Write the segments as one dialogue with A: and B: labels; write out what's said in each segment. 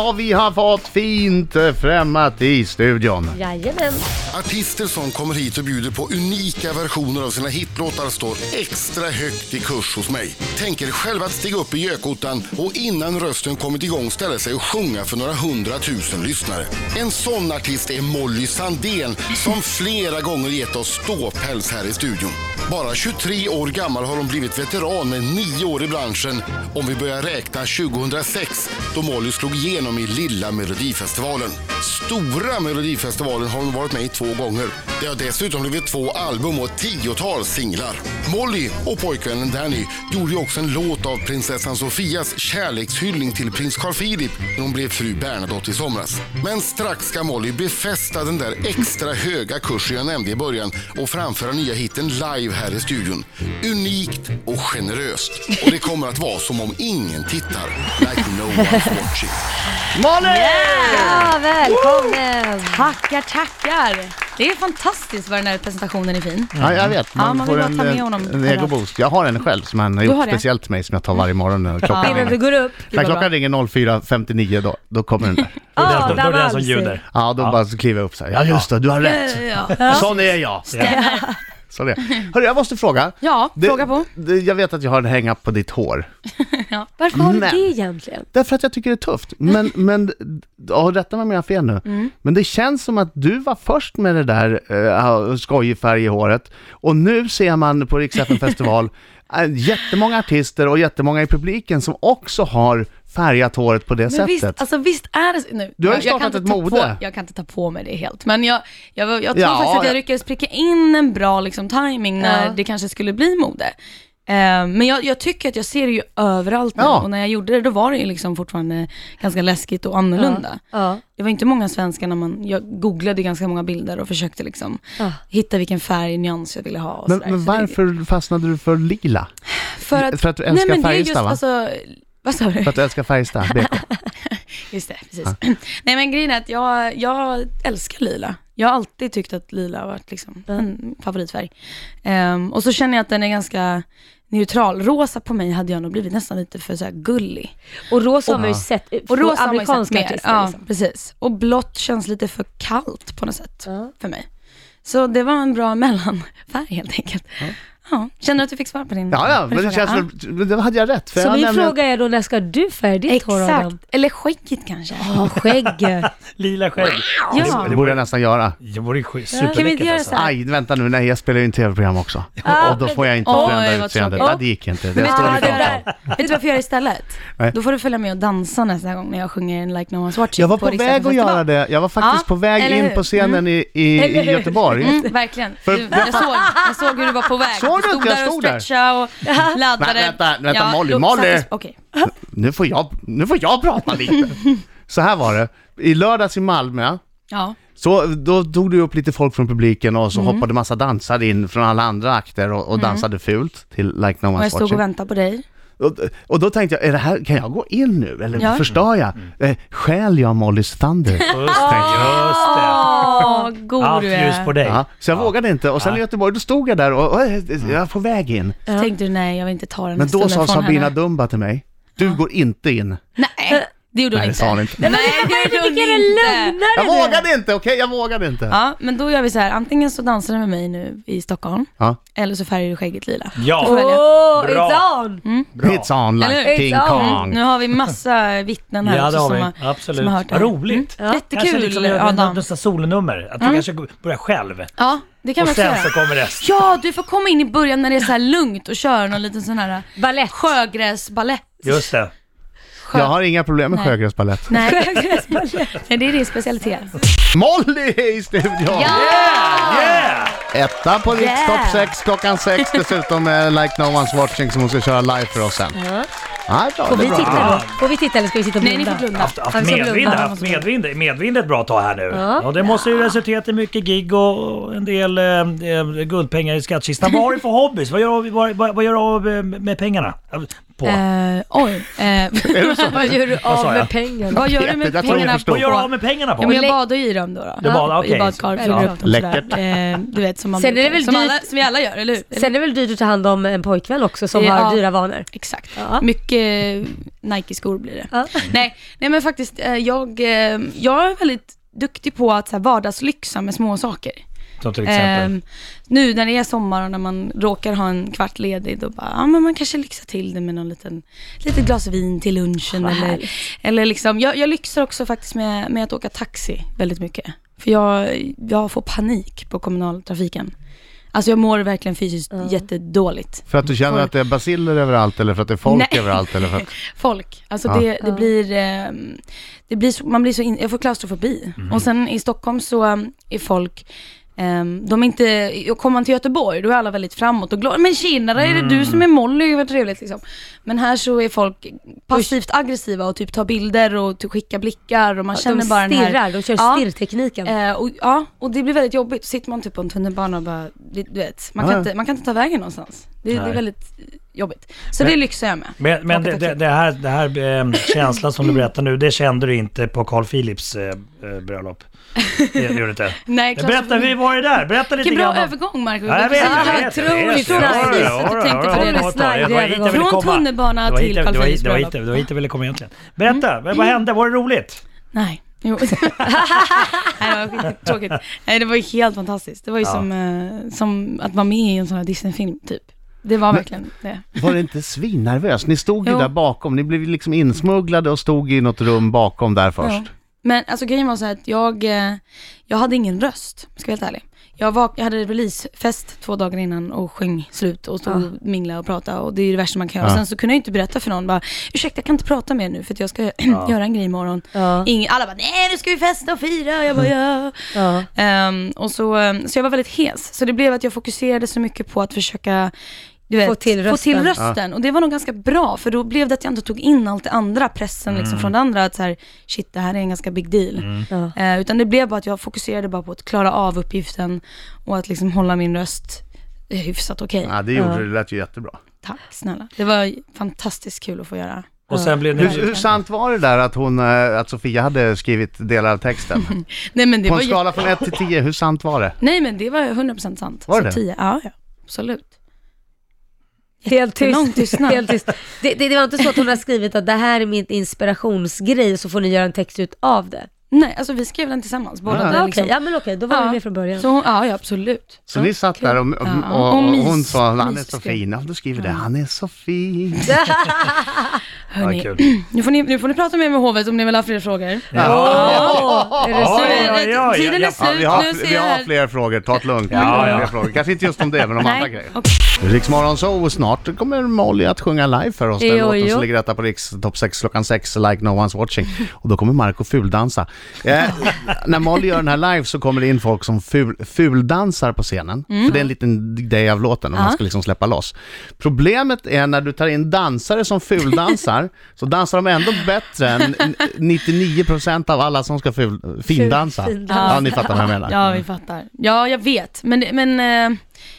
A: Ja, vi har fått fint eh, främmat i studion.
B: Jajamän.
C: Artister som kommer hit och bjuder på unika versioner av sina hitlåtar står extra högt i kurs hos mig. Tänker själva att stiga upp i gökottan och innan rösten kommit igång ställa sig och sjunga för några hundratusen lyssnare. En sån artist är Molly Sandén som flera gånger gett oss ståpäls här i studion. Bara 23 år gammal har hon blivit veteran med nio år i branschen om vi börjar räkna 2006 då Molly slog igenom i Lilla Melodifestivalen. Stora Melodifestivalen har hon varit med i två gånger. Det har dessutom blivit två album och ett tiotal singlar. Molly och pojkvännen Danny gjorde ju också en låt av prinsessan Sofias kärlekshyllning till prins Carl Philip när hon blev fru Bernadotte i somras. Men strax ska Molly befästa den där extra höga kursen jag nämnde i början och framföra nya hiten live här i studion. Unikt och generöst. Och det kommer att vara som om ingen tittar. Like no one's watching.
A: Malin!
B: Ja, välkommen.
D: Tackar, tackar! Det är fantastiskt vad den här presentationen är fin.
A: Ja, jag vet.
D: Ja, man vill bara ta med
A: eh,
D: honom
A: en egoboost. Jag har en själv som han har
D: har
A: gjort
D: det?
A: speciellt till mig som jag tar varje morgon när
D: Det
A: klockan
D: är när
A: ringer.
D: du går upp.
A: När klockan ringer 04.59 då, då kommer den där.
D: Ja,
E: Då är det den som ljuder.
A: Ja, då bara så kliver jag upp så här. Ja, just det, du har rätt. Sån är jag. Sån är jag. Hörru, jag måste fråga.
D: Ja,
A: Det-
D: fråga på.
A: det- Jag vet att jag har en hang-up på ditt hår.
B: Varför har du
A: Men-
B: det egentligen?
A: Därför att jag tycker det är tufft. Men, men ja, rätta mig om jag har fel nu. Men det känns som att du var först med det där uh, skojig färg i håret. Och nu ser man på Rix FM festival eh, jättemånga artister och jättemånga i publiken som också har färgat håret på det
D: Men
A: sättet.
D: visst, alltså, visst är det... Nu,
A: Du har ju
D: jag- jag kan
A: startat
D: inte
A: ett
D: ta
A: mode.
D: På, jag kan inte ta på mig det helt, men jag, jag, jag, tror
A: Ja,
D: faktiskt att
A: ja.
D: jag lyckades pricka in en bra liksom, timing när
B: Ja.
D: det kanske skulle bli mode. Eh, Men jag, jag tycker att jag ser det ju överallt nu
A: Ja.
D: och när jag gjorde det då var det ju liksom fortfarande ganska läskigt och annorlunda.
B: Ja.
D: Det var inte många svenskar när man, jag googlade ganska många bilder och försökte liksom
B: Ja.
D: hitta vilken färg, nyans jag ville ha och
A: men,
D: sådär.
A: men
D: Så det-
A: varför fastnade du för lila?
D: För att,
A: För att du älskar
D: nej, men det är
A: Färjestad,
D: just,
A: va?
D: Alltså, vad sa du?
A: För att du älskar Färjestad? BK.
D: Just det, precis. Nej men grejen är att jag, jag älskar lila. Jag har alltid tyckt att lila har varit liksom en favoritfärg. Ehm, och så känner jag att den är ganska neutral. Rosa på mig hade jag nog blivit nästan lite för så här gullig.
B: Och rosa har man ju sett eh,
D: Och
B: från
D: rosa har man ju sett
B: amerikanska
D: mer.
B: artister.
D: Ja,
B: Liksom.
D: precis. Och blått känns lite för kallt på något sätt
B: Ja.
D: för mig. Så det var en bra mellanfärg helt enkelt. Ja. Känner du att du fick svar på din
A: Ja, ja,
D: på din
A: men det
D: fråga?
A: känns väl... Då hade jag rätt. För
B: Så
A: jag
B: min
A: nämligen-
B: fråga är då, när ska du färga ditt hår Adam?
D: Exakt, eller skägget kanske.
B: Ja, skägg.
E: Lila skägg.
D: Ja.
A: Det borde jag nästan göra.
E: Det vore ju
D: Kan vi inte
E: superläckert
D: göra
E: alltså.
D: så här?
A: Aj, vänta nu, nej jag spelar ju in tv-program också. och då får jag inte
D: Oj,
A: förändra
D: vad
A: utseendet.
D: tråkigt.
A: Nej, det gick inte. Det
D: Vet
A: står liksom-
D: du,
A: i
D: vad det
A: avtal.
D: där, vet du varför jag gör det istället?
A: Nej.
D: Då får du följa med och dansa nästa gång när jag sjunger Like No One's Watching
A: Jag var på,
D: Riksdagen
A: väg att
D: Festival.
A: göra det. Jag var faktiskt på
D: Ja,
A: väg
D: eller
A: in
D: hur?
A: på scenen i, i,
B: Eller
A: i
B: hur?
A: Göteborg.
D: Mm, verkligen.
A: För-
D: Du, jag, såg, jag såg hur du var på väg.
A: Såg du inte?
D: du stod
A: Jag
D: där och
A: stod där.
D: stretchade och laddade.
A: Men vänta, vänta, Molly,
D: jo,
A: Molly!
D: sattes- Okej.
A: Nu, får jag, nu får jag prata lite. Så här var det. I lördags i Malmö,
D: Ja.
A: så då tog du upp lite folk från publiken och så
D: Mm.
A: hoppade massa dansare in från alla andra akter och, och dansade fult till Like No
D: Och jag
A: One's
D: stod och
A: Watching.
D: väntade på dig.
A: Och, och då tänkte jag, är det här, kan jag gå in nu eller
D: Ja.
A: förstör jag? Eh, stjäl jag Mollys Thunder?
E: Just det, just det.
D: Åh, vad god
E: Allt
D: Ah, oh, du
E: ljus
D: är.
E: på dig.
A: Ja, så jag vågade inte och sen
E: Nej.
A: i Göteborg då stod jag där och, och jag är på väg in.
D: Så tänkte du, nej jag vill inte ta den
A: Men
D: här
A: då sa
D: stunden från
A: Sabina
D: henne.
A: Dumba till mig, du går inte in.
D: Nej, det gjorde hon
A: Nej, det
D: inte.
A: sa hon inte.
D: Nej, det gjorde hon
B: Vilken
D: inte.
B: lögnare
A: Jag
B: du är.
A: vågade inte, okej? Jag vågade inte.
D: Ja, men då gör vi så här. Antingen så dansar du med mig nu i Stockholm,
A: Ja.
D: eller så färgar du skägget lila.
E: Ja,
B: Åh,
E: Bra.
B: it's on!
D: Mm.
A: It's on
D: Eller
A: like
D: hur?
A: King
B: It's on.
D: Mm,
A: Kong.
D: nu har vi massa vittnen här
E: ja det
D: också
E: har
D: som
E: vi.
D: har,
E: Absolut.
D: som har hört det. Mm.
E: Vad roligt.
B: Ja.
D: Jättekul
E: liksom
D: Adam. Mm.
E: nästan solonummer. Att du kanske börjar själv.
D: Ja, det kan
E: Och
D: man också
E: sen så
D: göra.
E: kommer resten.
D: Ja, du får komma in i början när det är så här lugnt och köra någon liten sån här
B: Balett.
D: sjögräsbalett.
E: Just det.
D: Sjö...
A: Jag har inga problem med
D: Nej.
A: sjögräsbalett.
D: Nej.
B: Sjögräsbalett.
D: Nej, det är din specialitet.
A: Molly är i studion!
D: Ah.
E: Yeah!
A: Etta på Rix
B: Yeah.
A: Top 6 klockan 6 dessutom med Like No One's Watching som hon ska köra live för oss sen. Ja, bra,
B: Får
A: det
B: vi
A: är bra.
B: titta då? Får vi titta eller ska vi sitta och
D: Nej, ni får
B: blunda?
D: blunda.
E: Haft, haft
B: Han ska
E: medvind,
B: blunda.
E: haft medvind, medvind ett bra tag här nu. Och det måste ju resultera i mycket gig och och en del eh, eh, guldpengar i skattkistan. Vad har du för hobbys? Vad gör du vad, vad, vad gör du av eh, med pengarna? På?
D: Eh, oj. Eh,
B: Vad gör du
E: Vad
B: av
E: sa
B: med
E: jag?
B: pengarna?
D: vad gör du
A: Jag
D: med
A: tror jag
D: pengarna
A: förstår.
D: på?
E: vad gör du av med pengarna på?
D: Ja, men jag badar ju i dem då. då.
E: Du badar, okej.
D: I badkar,
B: Ja.
D: fyller upp dem sådär.
A: Läckert.
D: Eh, du vet, som, man
B: Sen är det
D: brukar-
B: väl
D: som,
B: dyrt-
D: alla, som vi alla gör, eller hur?
B: Sen är det väl dyrt att ta hand om en pojkvän också som
D: Ja.
B: har dyra vanor?
D: Exakt.
B: Ja.
D: Mycket eh, Nike-skor blir det.
B: Ja.
D: Nej, nej men faktiskt, eh, jag, eh, jag är väldigt duktig på att så här, vardagslyxa med små saker.
E: Som till exempel.
D: Ehm, nu när det är sommar och när man råkar ha en kvart ledig, då bara, ja men man kanske lyxar till det med någon liten, litet glas vin till lunchen
B: Vad
D: eller,
B: härligt.
D: eller liksom, jag, jag lyxar också faktiskt med, med att åka taxi väldigt mycket. För jag, jag får panik på kommunaltrafiken. Alltså jag mår verkligen fysiskt jättedåligt.
A: För att du känner att det är basiller överallt eller för att det är folk
D: Nej.
A: överallt eller för att...
D: Folk, alltså
A: Ja.
D: det, det blir, ehm, det blir så, man blir så in, jag får klaustrofobi. Och sen i Stockholm så ehm, är folk, ehm, de är inte, och kommer man till Göteborg då är alla väldigt framåt och glada. Men tjena, där är det du som är Molly, vad trevligt liksom. Men här så är folk passivt aggressiva och typ tar bilder och typ skickar blickar och man känner
B: de
D: bara den här...
B: stirrar, de kör
D: Ja.
B: stirrtekniken.
D: Eh, och, ja, och det blir väldigt jobbigt. Så sitter man typ på en tunnelbana och bara, du du vet, man
A: Ja, ja.
D: kan, Inte, man kan inte ta vägen någonstans. Det, det
E: Nej.
D: är väldigt jobbigt. Så
E: Men-
D: det lyxar jag med.
E: Men, men
D: Åka
E: det,
D: taxi.
E: det, det här, det här eh, känslan som du berättar nu, det kände du inte på Carl Philips eh, eh, bröllop? Det gjorde du inte?
D: Nej,
E: Berätta, vi var ju där. Berätta lite
D: Vilken bra
E: grann. om-
D: övergång Marco.
E: Ja, jag vet, jag
B: Ah,
E: vet. jag vet.
B: otroligt
E: Ja,
B: nice.
E: ja, ja,
B: Jag
E: ja,
D: tänkte
E: ja,
D: på
E: ja, ja,
D: det.
E: ja, ja, det var hit jag ville
D: Från
E: komma.
D: tunnelbana
E: Det var hit
D: till
E: jag-
D: Carl
E: det var hit-
D: Philips
E: det var hit-
D: bröllop.
E: Det var hit jag ville komma egentligen.
D: Mm.
E: Berätta, vad- vad hände? Var det roligt?
D: Nej. Jo. Nej, det var tråkigt. Nej, det var ju helt fantastiskt. Det var ju
E: Ja.
D: som, eh, som att vara med i en sån här Disney-film, typ. Det var verkligen det.
A: Var det inte svinnervös? Ni stod ju
D: Jo.
A: där bakom, ni blev ju liksom insmugglade och stod i något rum bakom där först.
D: Ja. Men alltså grejen var så här att jag, eh, jag hade ingen röst, ska jag vara helt ärlig. Jag, vak- jag hade releasefest två dagar innan och sjöng slut och stod och minglade och pratade och det är ju det värsta man kan göra.
A: Ja.
D: Sen så kunde jag inte berätta för någon bara, ursäkta jag kan inte prata mer nu för att jag ska göra en grej imorgon.
B: Ja.
D: Ingen, alla bara, nej nu ska vi festa och fira och jag bara, ja.
B: Ja.
D: Ehm, och så, ehm, så jag var väldigt hes. Så det blev att jag fokuserade så mycket på att försöka du vet,
B: Få till
D: Få till
B: rösten.
D: rösten. Och det var nog ganska bra, för då blev det att jag inte tog in allt det andra, pressen
A: Mm.
D: liksom, från det andra, att så här, shit det här är en ganska big deal.
B: Ja.
D: Eh, utan det blev bara att jag fokuserade bara på att klara av uppgiften och att liksom hålla min röst eh, hyfsat okej.
A: Ja, det gjorde
B: Ja.
A: du, det lät ju jättebra.
D: Tack snälla. Det var fantastiskt kul att få göra.
E: Och sen blev
A: Hur,
E: ni...
A: hur sant var det där att, hon, eh, att Sofia hade skrivit delar av texten?
D: Nej men det
A: På
D: var
A: en
D: ju-
A: skala från 1 till 10, hur sant var det?
D: Nej men det var 100% sant.
A: Var
D: Så
A: det?
D: 10, ja, ja absolut.
B: Helt
D: Jättelång
B: tyst.
D: tystnad.
B: Helt tyst. Det, det, det var inte så att hon har skrivit att det här är min inspirationsgrej så får ni göra en text ut av det.
D: Nej, alltså vi skrev den tillsammans. Båda
A: Ah.
D: där,
B: Ja, Okej,
D: liksom.
B: ja men okej, då var vi med från början.
D: Så hon, ja, ja, absolut.
A: Så ni satt där och, och,
D: Ja,
A: och,
D: och mys-
A: hon sa, han är så
D: mysbeskriv.
A: fin. Ja, då skriver det, han är så fin.
E: Ja,
D: Hörni,
E: kul.
D: nu, får ni, nu får ni prata med mig i hovet om ni vill ha fler frågor.
B: Åh, är det så?
E: Oj, oj, oj.
D: Tiden är
A: Ja,
E: Ja,
D: slut,
A: vi har,
D: nu ser
A: vi
D: jag
A: har
D: här.
A: fler frågor, ta det lugnt.
E: Ja,
A: Vi har
E: ja.
A: fler frågor. Kanske inte just om det, men om andra
D: Nej,
A: grejer.
D: okej.
A: Riksmorgon så och snart kommer Molly att sjunga live för oss. Den
B: Jo,
A: låten
B: jo.
A: som ligger rätta på Riks topp 6 klockan 6, like no one's watching. Och då kommer Marco fuldansa. Eh, när Molly gör den här live så kommer det in folk som ful, fuldansar på scenen.
B: Mm.
A: För det är en liten grej av låten och man ska liksom släppa loss. Problemet är när du tar in dansare som fuldansar så dansar de ändå bättre än 99% av alla som ska ful, findansa.
B: findansa.
A: Ja, ni fattar vad jag menar.
D: Ja, vi fattar. Ja, jag vet. Men, det- men eh,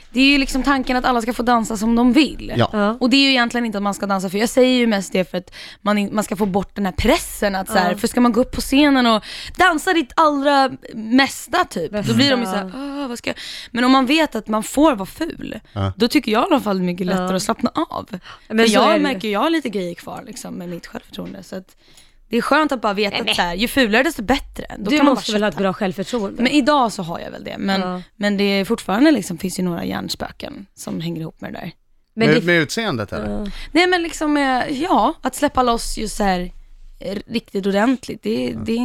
D: det är ju liksom tanken att alla ska få dansa som de vill.
A: Ja.
B: Ja.
D: Och det är ju egentligen inte att man ska dansa för. Jag säger ju mest det för att man, in- man ska få bort den här pressen. Att så här, För ska man gå upp på scenen och dansa ditt allra mesta typ,
B: Bästa.
D: då blir de ju såhär, "Åh, vad ska jag? Men om man vet att man får vara ful, då tycker jag i alla fall det är mycket lättare
B: Ja.
D: att slappna av.
B: Men
D: för
B: så är det.
D: jag märker ju, jag har lite grejer kvar liksom, med mitt självförtroende. Så att det är skönt att bara veta att så här, ju fulare desto bättre. Då
B: Du
D: kan man
B: måste
D: bara
B: väl ha ett
D: kötta.
B: bra självförtroende?
D: Men idag så har jag väl det. Men,
B: Ja.
D: men det är fortfarande liksom, finns ju några hjärnspöken som hänger ihop med det där.
B: Men
A: med,
B: det,
A: med utseendet eller?
D: Nej men liksom, eh, ja, att släppa loss just så här eh, riktigt ordentligt, det, det är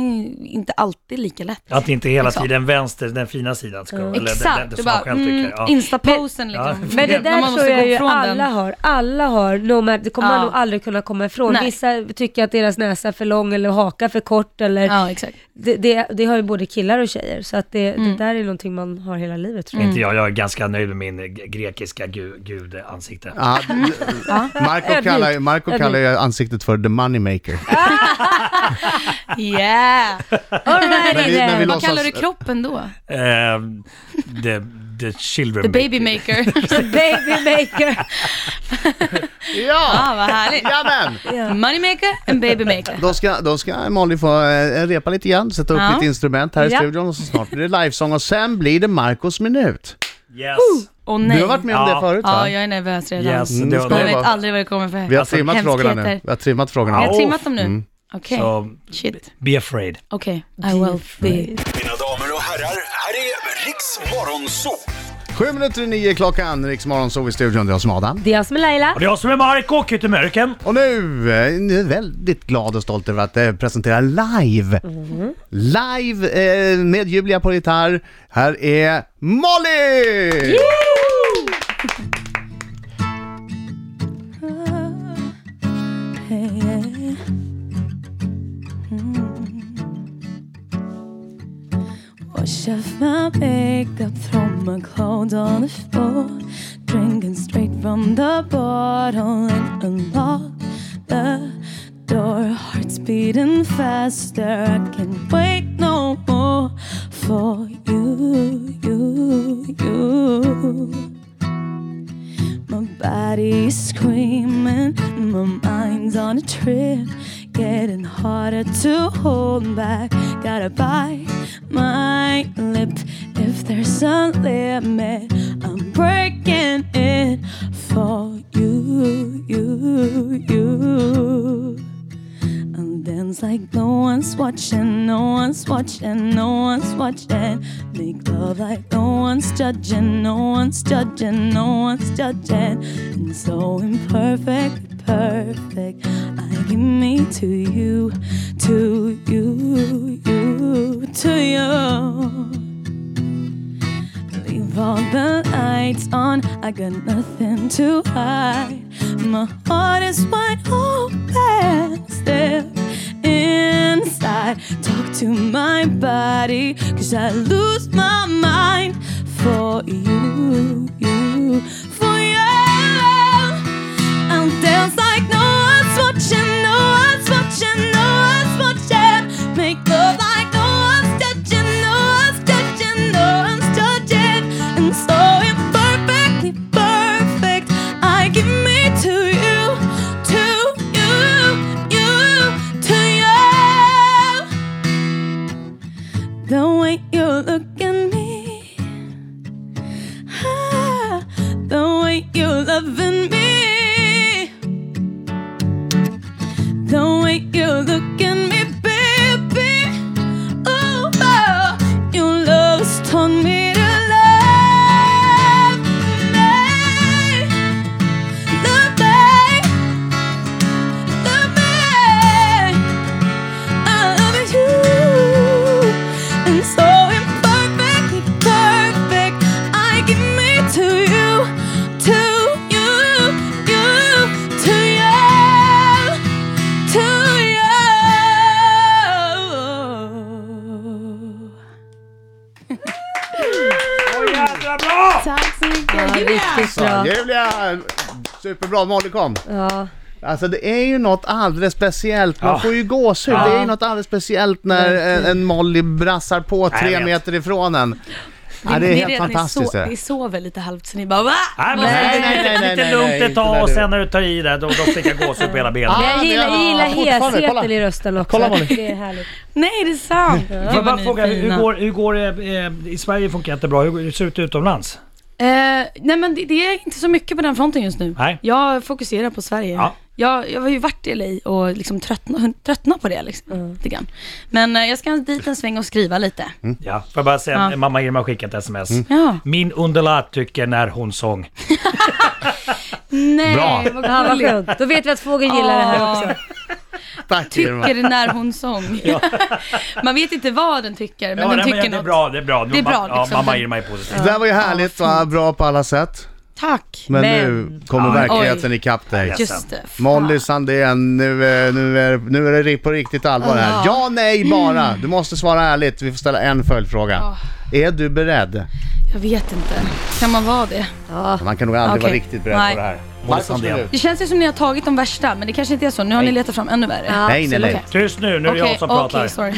D: inte alltid lika lätt.
E: Att inte hela
D: Exakt. Mm.
E: tiden vänster, den fina sidan ska... Eller den, den,
D: Exakt,
E: den
D: du
E: som
D: bara,
E: man själv tycker.
D: mm,
E: Ja.
D: instaposen liksom.
E: Ja.
B: men det
E: Man
B: där
D: måste
B: tror jag
D: gå
B: ju
D: ifrån
B: alla
D: den.
B: har. Alla har, no matter, det kommer man
D: Ja.
B: nog aldrig kunna komma ifrån.
D: Nej.
B: Vissa tycker att deras näsa är för lång eller haka för kort eller
D: Ja, exakt.
B: det, det, det har ju både killar och tjejer, så att det,
D: Mm.
B: det där är någonting man har hela livet tror jag.
E: Inte jag, jag är ganska nöjd med min eh, grekiska gu, gudansikte.
A: Ja, d- Marco,
B: Ödmjuk.
A: kallar, ju- Marco
B: Ödmjuk.
A: kallar ju ansiktet för the moneymaker.
D: Yeah! Mm.
B: All right,
A: Men vi- men vi
B: then.
A: låter-
D: Vad
A: låtsas-
D: kallar du kroppen då?
E: Eh, the, the children...
D: The baby maker.
B: Baby maker.
A: Ja!
D: ah, vad härligt.
A: Jamen!
B: Ja.
D: Money maker and baby maker.
A: Då ska, då ska Molly få eh, repa lite grann, sätta upp
D: Ja.
A: lite instrument här i
B: Ja.
A: studion och så snart blir det livesång och sen blir det Marcos minut.
E: Yes.
F: Och nej.
A: Du har varit med om
E: Ja.
A: det förut va?
F: Ja, jag är nervös redan.
E: Yes,
A: Mm,
E: det
A: ska
E: var
A: vi
F: Jag
E: det.
A: vara-
F: vet aldrig vad det kommer för
A: Vi har
F: alltså,
A: trimmat frågorna nu.
F: hemskheter.
A: Vi har trimmat frågorna. Mm.
F: Har jag
E: Ja.
F: trimmat dem nu? Okej.
E: Så,
F: Shit.
E: be afraid.
F: Okej, I will be.
G: Mina damer och herrar, här är Riks Morgonzoo!
A: Sju minuter i nio klockan, Riksmorgon sov i studion, det är jag som är Adam.
B: Det är jag som är Laila.
E: Och det är jag som är Marko, Kyttemörken.
A: Och nu eh, nu är jag väldigt glad och stolt över att eh, presentera live. Live eh, med Julia på gitarr. Här är Molly!
D: Mm. Wash off my makeup, throw my clothes on the floor. Drinking straight from the bottle and unlock the door. Heart's beating faster, I can't wait no more for you, you, you. My body is screaming, my mind's on a trip. Getting harder to hold back. Gotta bite my lip. If there's a limit, I'm breaking it for you, you, you. I'll dance like no one's watching, no one's watching, no one's watching. Make love like no one's judging, no one's judging, no one's judging. And so imperfect, perfect. I give me to you, to you, you, to you. Leave all the lights on, I got nothing to hide. My heart is wide open, step inside. Talk to my body, cause I lose my mind for you, you, for you. I'll dance like no one's watching, no one's watching, no one's watching. Make love like no one's touching, no one's touching, no one's touching. And so imperfectly perfect, I give me to you, to you, you, to you. The way you look at me. Ah, the way you loving me. The way you look at me, baby. Ooh, oh, your love's taught me to love me. Love me. Love me. I love you, and so imperfectly perfect. I give me to you, to you, you, to you, to you.
E: Åh jädra bra!
D: Tack så
B: Ja,
D: mycket,
B: riktigt bra.
A: Julia! Superbra, Molly kom.
B: Ja.
A: Alltså det är ju något alldeles speciellt, man
E: Ja.
A: får ju gåshud. Det är ju något alldeles speciellt när en, en Molly brassar på
E: jag
A: tre
E: vet.
A: meter ifrån en. Ja, det är helt
F: redan- ni
A: fantastiskt
F: so-
A: det.
F: Ni sover lite halvt så ni bara va?
E: Nej, men
A: Nej,
E: nej,
A: nej, nej, nej,
E: lite
A: nej,
E: lugnt
A: nej,
E: ett
A: inte där
E: tag och
A: du.
E: sen när du tar i där, då, då fick jag gåshud på hela benet.
A: Ah.
B: Jag gillar,
A: det har-
B: jag gillar
A: fortfarande, kolla.
B: hesheten i rösten också.
A: Kolla, Molly.
B: det är härligt.
F: Nej, det är sant.
E: Får jag
F: vad
E: bara
F: ni är
E: fråga, hur, hur
F: fina.
E: går, hur går det, eh, i Sverige funkar inte bra, hur hur ser det ut utomlands?
F: Eh, nej men det, det är inte så mycket på den fronten just nu.
E: Nej.
F: Jag fokuserar på Sverige.
E: Ja.
F: Jag, jag har ju varit i LA och liksom tröttna, tröttna på det liksom,
B: Mm.
F: lite grann. Men eh, jag ska dit en sväng och skriva lite.
E: Ja, får jag bara säga, eh,
F: Ja.
E: mamma Irma har skickat sms.
D: Mm.
F: Ja.
E: Min undulat tycker när hon sång.
F: Nej,
A: Bra.
F: vad
B: Ja, vad
F: gulligt.
B: skönt. Då vet vi att fågeln gillar det här också.
A: Tack Irma.
F: Tycker när hon sång. Man vet inte vad den tycker, men
E: ja,
F: den
E: nej,
F: tycker
E: men det är
F: något.
E: bra, det är bra.
F: Det är bra,
E: Ma- ja,
F: liksom.
E: mamma
F: Den-
E: Irma är positiv.
A: Det där var ju härligt, va? bra på alla sätt.
F: Tack.
A: Men,
B: Men-
A: nu kommer
E: Aj.
A: verkligheten ikapp dig.
E: Yes.
F: Just det.
A: Molly Sandén, nu är, nu, är, nu är det ri- på riktigt allvar här. Ja, nej,
D: Mm.
A: bara. Du måste svara ärligt. Vi får ställa en följdfråga. Är du beredd?
F: Jag vet inte. Kan man vara det?
A: Man kan nog aldrig
F: Okej.
A: vara riktigt beredd
F: Nej.
A: på det här.
E: Molly
A: Marcus,
E: Sandén.
A: vill du?
F: Det känns ju som ni har tagit de värsta, men det kanske inte är så. Nu har ni letat fram ännu värre.
B: Ja.
A: Nej, nej, nej.
F: Absolut.
E: Tyst nu, nu är det
F: Okej,
E: jag som
F: okej,
E: pratar.
F: sorry.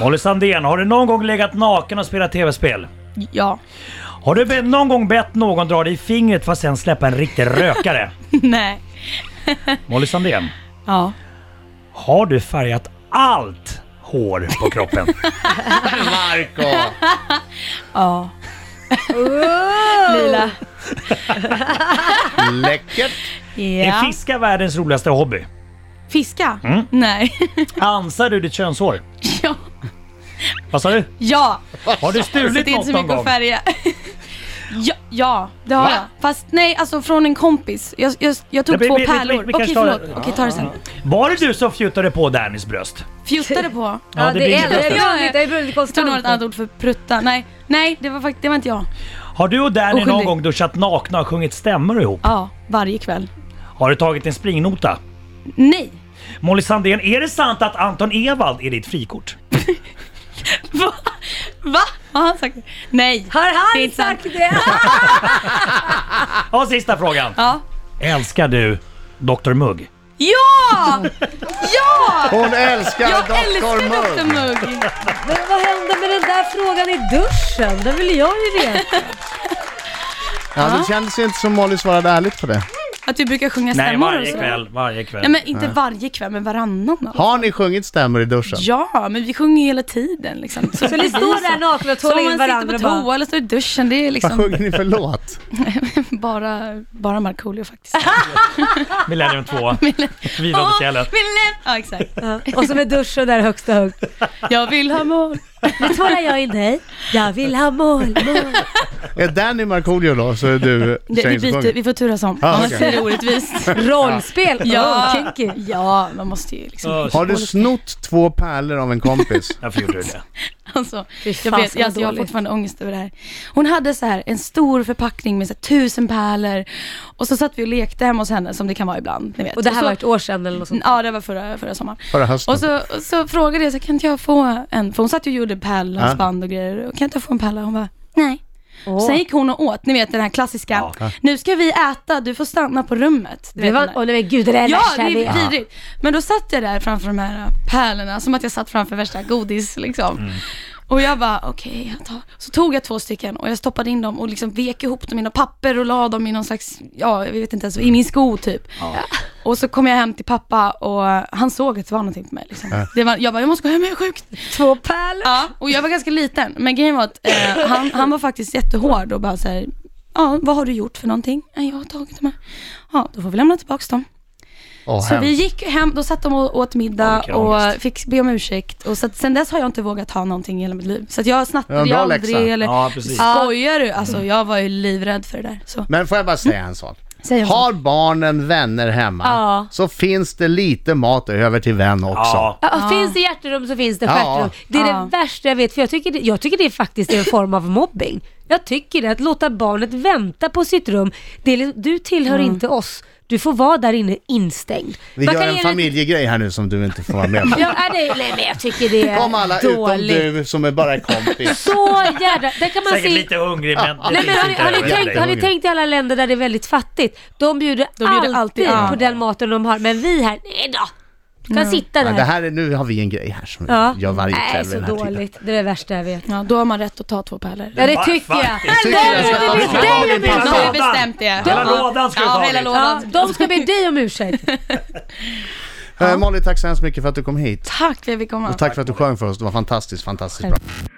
E: Molly Sandén, har du någon gång legat naken och spelat tv-spel?
F: Ja.
E: Har du be- någon gång bett någon dra dig i fingret för att sen släppa en riktig rökare?
F: Nej.
E: Molly Sandén,
F: Ja.
E: har du färgat allt hår på kroppen?
A: Marco!
F: Ja.
D: Lila.
A: Läckert!
E: Är
D: Ja.
E: fiska världens roligaste hobby?
D: Fiska?
E: Mm.
D: Nej.
E: Ansar du ditt könshår?
D: ja.
E: Vad sa du?
D: ja.
E: Har du
D: Så det
E: stulit
D: är inte
E: något
D: så
E: någon
D: mycket
E: gång?
D: att färga. ja, ja, det har jag. Fast nej, alltså från en kompis. Jag, jag, jag tog
E: Nej, men
D: två
E: vi- vi- vi-
D: pärlor.
E: vi Mm.
D: Okej,
E: kanske tar
D: förlåt.
E: det.
D: Okej, ta det sen.
E: Var det du som fjuttade på Dannys bröst?
D: Fjuttade på.
E: Ja, det
B: Ja, det
E: blir
B: är det.
E: inte bättre.
B: är brunnit, Det är brunnit
D: Jag tror det var ett annat
B: konstant.
D: ord för prutta. Nej, nej det var faktiskt, det var inte jag.
E: Har du och Danny någon
D: Oskyldig.
E: gång duschat nakna och sjungit stämmor ihop?
D: Ja, varje kväll.
E: Har du tagit en springnota?
D: Nej!
E: Molly Sandén, är det sant att Anton Ewald är ditt frikort?
D: Va? Va? Har han sagt det? Nej.
B: Har
D: Det är
B: han
D: inte sant.
B: sagt det?
E: Ja, sista frågan.
D: Ja.
E: Älskar du Dr Mugg?
D: Ja! Ja!
A: Hon älskar
D: Jag
A: Dr.
D: älskar Dr.
A: Mugg!
D: Mugg!
B: Men vad hände med den där frågan i duschen? Den ville jag ju veta.
A: Ja, det kändes inte som Molly svarade ärligt på det.
D: Att du brukar sjunga
E: Nej,
D: stämmor och
E: varje
D: så.
E: kväll. Varje kväll.
D: Nej men inte varje kväll, men varannan. då.
A: Har ni sjungit stämmor i duschen?
D: Ja, men vi sjunger ju hela tiden liksom. Så,
B: Så ni står där nakna och
D: så
B: tålar in
D: man sitter
B: varandra
D: på
B: och bara...
D: toa eller står i duschen, det är
A: Vad
D: liksom
A: sjunger ni för låt?
D: bara, bara Markoolio faktiskt.
E: Millennium 2. Vida under
D: Åh,
E: fjället.
D: min läpp- Ja, exakt.
B: Ja, Och så med duschen där högst och högt.
D: Jag vill ha mål.
B: Nu tålar jag in dig. Jag vill ha mål, mål.
A: Är Danny Markoolio då, så är du
D: Det, vi,
A: tjejen som
D: byter,
A: sjunger?
D: vi får turas om,
A: Ja,
D: annars
A: okej.
D: blir det orättvist.
B: Rollspel.
D: Ja.
B: Ah, Oh, kinky.
D: Ja, man måste ju liksom...
E: Ja,
A: Har du snott två pärlor av en kompis?
E: Varför gjorde du det?
D: Alltså, jag,
B: fan,
D: vet,
B: vad
D: alltså, jag har
B: dåligt.
D: fortfarande ångest över det här. Hon hade så här en stor förpackning med så här, tusen pärlor och så satt vi och lekte hemma hos henne som det kan vara ibland. Ni vet.
B: Och det här
D: så,
B: var ett år sedan eller något sånt.
D: Ja, det var förra, förra sommaren.
A: Förra hösten?
D: Och så, och så frågade jag, så, här, kan inte jag få en? För hon satt ju och gjorde pärlhalsband och grejer. Kan inte jag få en pärla? Hon bara, nej. Sen gick hon och åt, ni vet den här klassiska, nu ska vi äta, du får stanna på rummet. Du
B: Det
D: vet,
B: var,
D: den där.
B: åh nej men gud, det där
D: Ja,
B: värsta jag
D: det
B: vet.
D: är vidrigt. Men då satt jag där framför de här äh, pärlorna, som att jag satt framför värsta godis liksom. Och jag bara, okej, jag tar. Så tog jag två stycken och jag stoppade in dem och liksom vek ihop dem i något papper och la dem i någon slags, ja, jag vet inte ens, i min sko typ. Och så kom jag hem till pappa och han såg att det var någonting på mig liksom. det var, Jag bara, jag måste gå hem, jag är sjuk.
B: Två pärlor.
D: Ja, och jag var ganska liten. Men grejen var att eh, han, han var faktiskt jättehård och bara så här, ja, vad har du gjort för någonting? "Nej, Jag har tagit dem här. Ja, då får vi lämna tillbaka dem.
A: Åh,
D: Så vi
A: hemskt.
D: gick hem, då satt de och åt middag
E: vilken
D: och
E: ångest.
D: fick be om ursäkt. Och så att, sen dess har jag inte vågat ha någonting i hela mitt liv. Så att jag
A: Ja,
D: snattade
A: bra
D: ju
A: läxa.
D: aldrig. Eller,
E: Ja, precis.
D: Skojar du? Alltså jag var ju livrädd för det där. Så.
A: Men får jag bara säga en sak?
D: Säg en sak.
A: Har barnen vänner hemma
B: Ja.
A: så finns det lite mat över till vän också.
E: Ja.
B: Ja, och Finns det hjärterum så finns det
A: Ja.
B: stjärterum. Det är
D: Ja.
B: det värsta jag vet, för jag tycker, det, jag tycker det faktiskt är en form av mobbing. Jag tycker det, att låta barnet vänta på sitt rum. Det är, liksom- du tillhör inte oss. Du får vara där inne instängd.
A: Mm. Vi
B: Man
A: gör
B: kan
A: en
B: ge dig-
A: familjegrej här nu som du inte får vara med på.
B: Ja, är det, nej, men jag tycker det är
A: Kom alla utom
B: dåligt.
A: du som är bara kompis.
B: Så jävla... Där kan man
E: Säkert
B: se...
E: lite hungrig men det
B: Nej, men
E: finns
B: har, ni,
E: inte
B: har, ni
E: över
B: tänkt,
E: dig.
B: har ni tänkt i alla länder där det är väldigt fattigt? De bjuder,
D: De bjuder
B: alltid
D: alltid,
B: på
D: ja.
B: den maten de har, men vi här, nej då. Du kan sitta
A: Ja,
B: där.
A: det här är, nu har vi en grej här som
B: Ja.
A: vi gör varje
B: Nej,
A: kväll
B: så
A: vid den här tiden.
B: dåligt. Det är det värsta jag vet.
D: Ja, då har man rätt att ta två pärlor.
B: Ja, det
E: Va-
B: tycker jag.
E: faktiskt.
A: tycker jag ska ta
B: Det
A: ifrån
B: är
A: dig
B: dig
A: din
B: de
D: Nu
B: är
E: pappa.
B: skyldiga.
D: har vi bestämt det.
E: Hela lådan ska du
D: ja,
E: ta
D: hela
E: dit.
B: Ja,
D: lådan.
B: de ska be dig om ursäkt.
A: Eh, Molly, tack så hemskt mycket för att du kom hit.
D: Tack för att jag fick komma.
A: Och tack för att du sjöng för oss, det var fantastiskt, fantastiskt bra.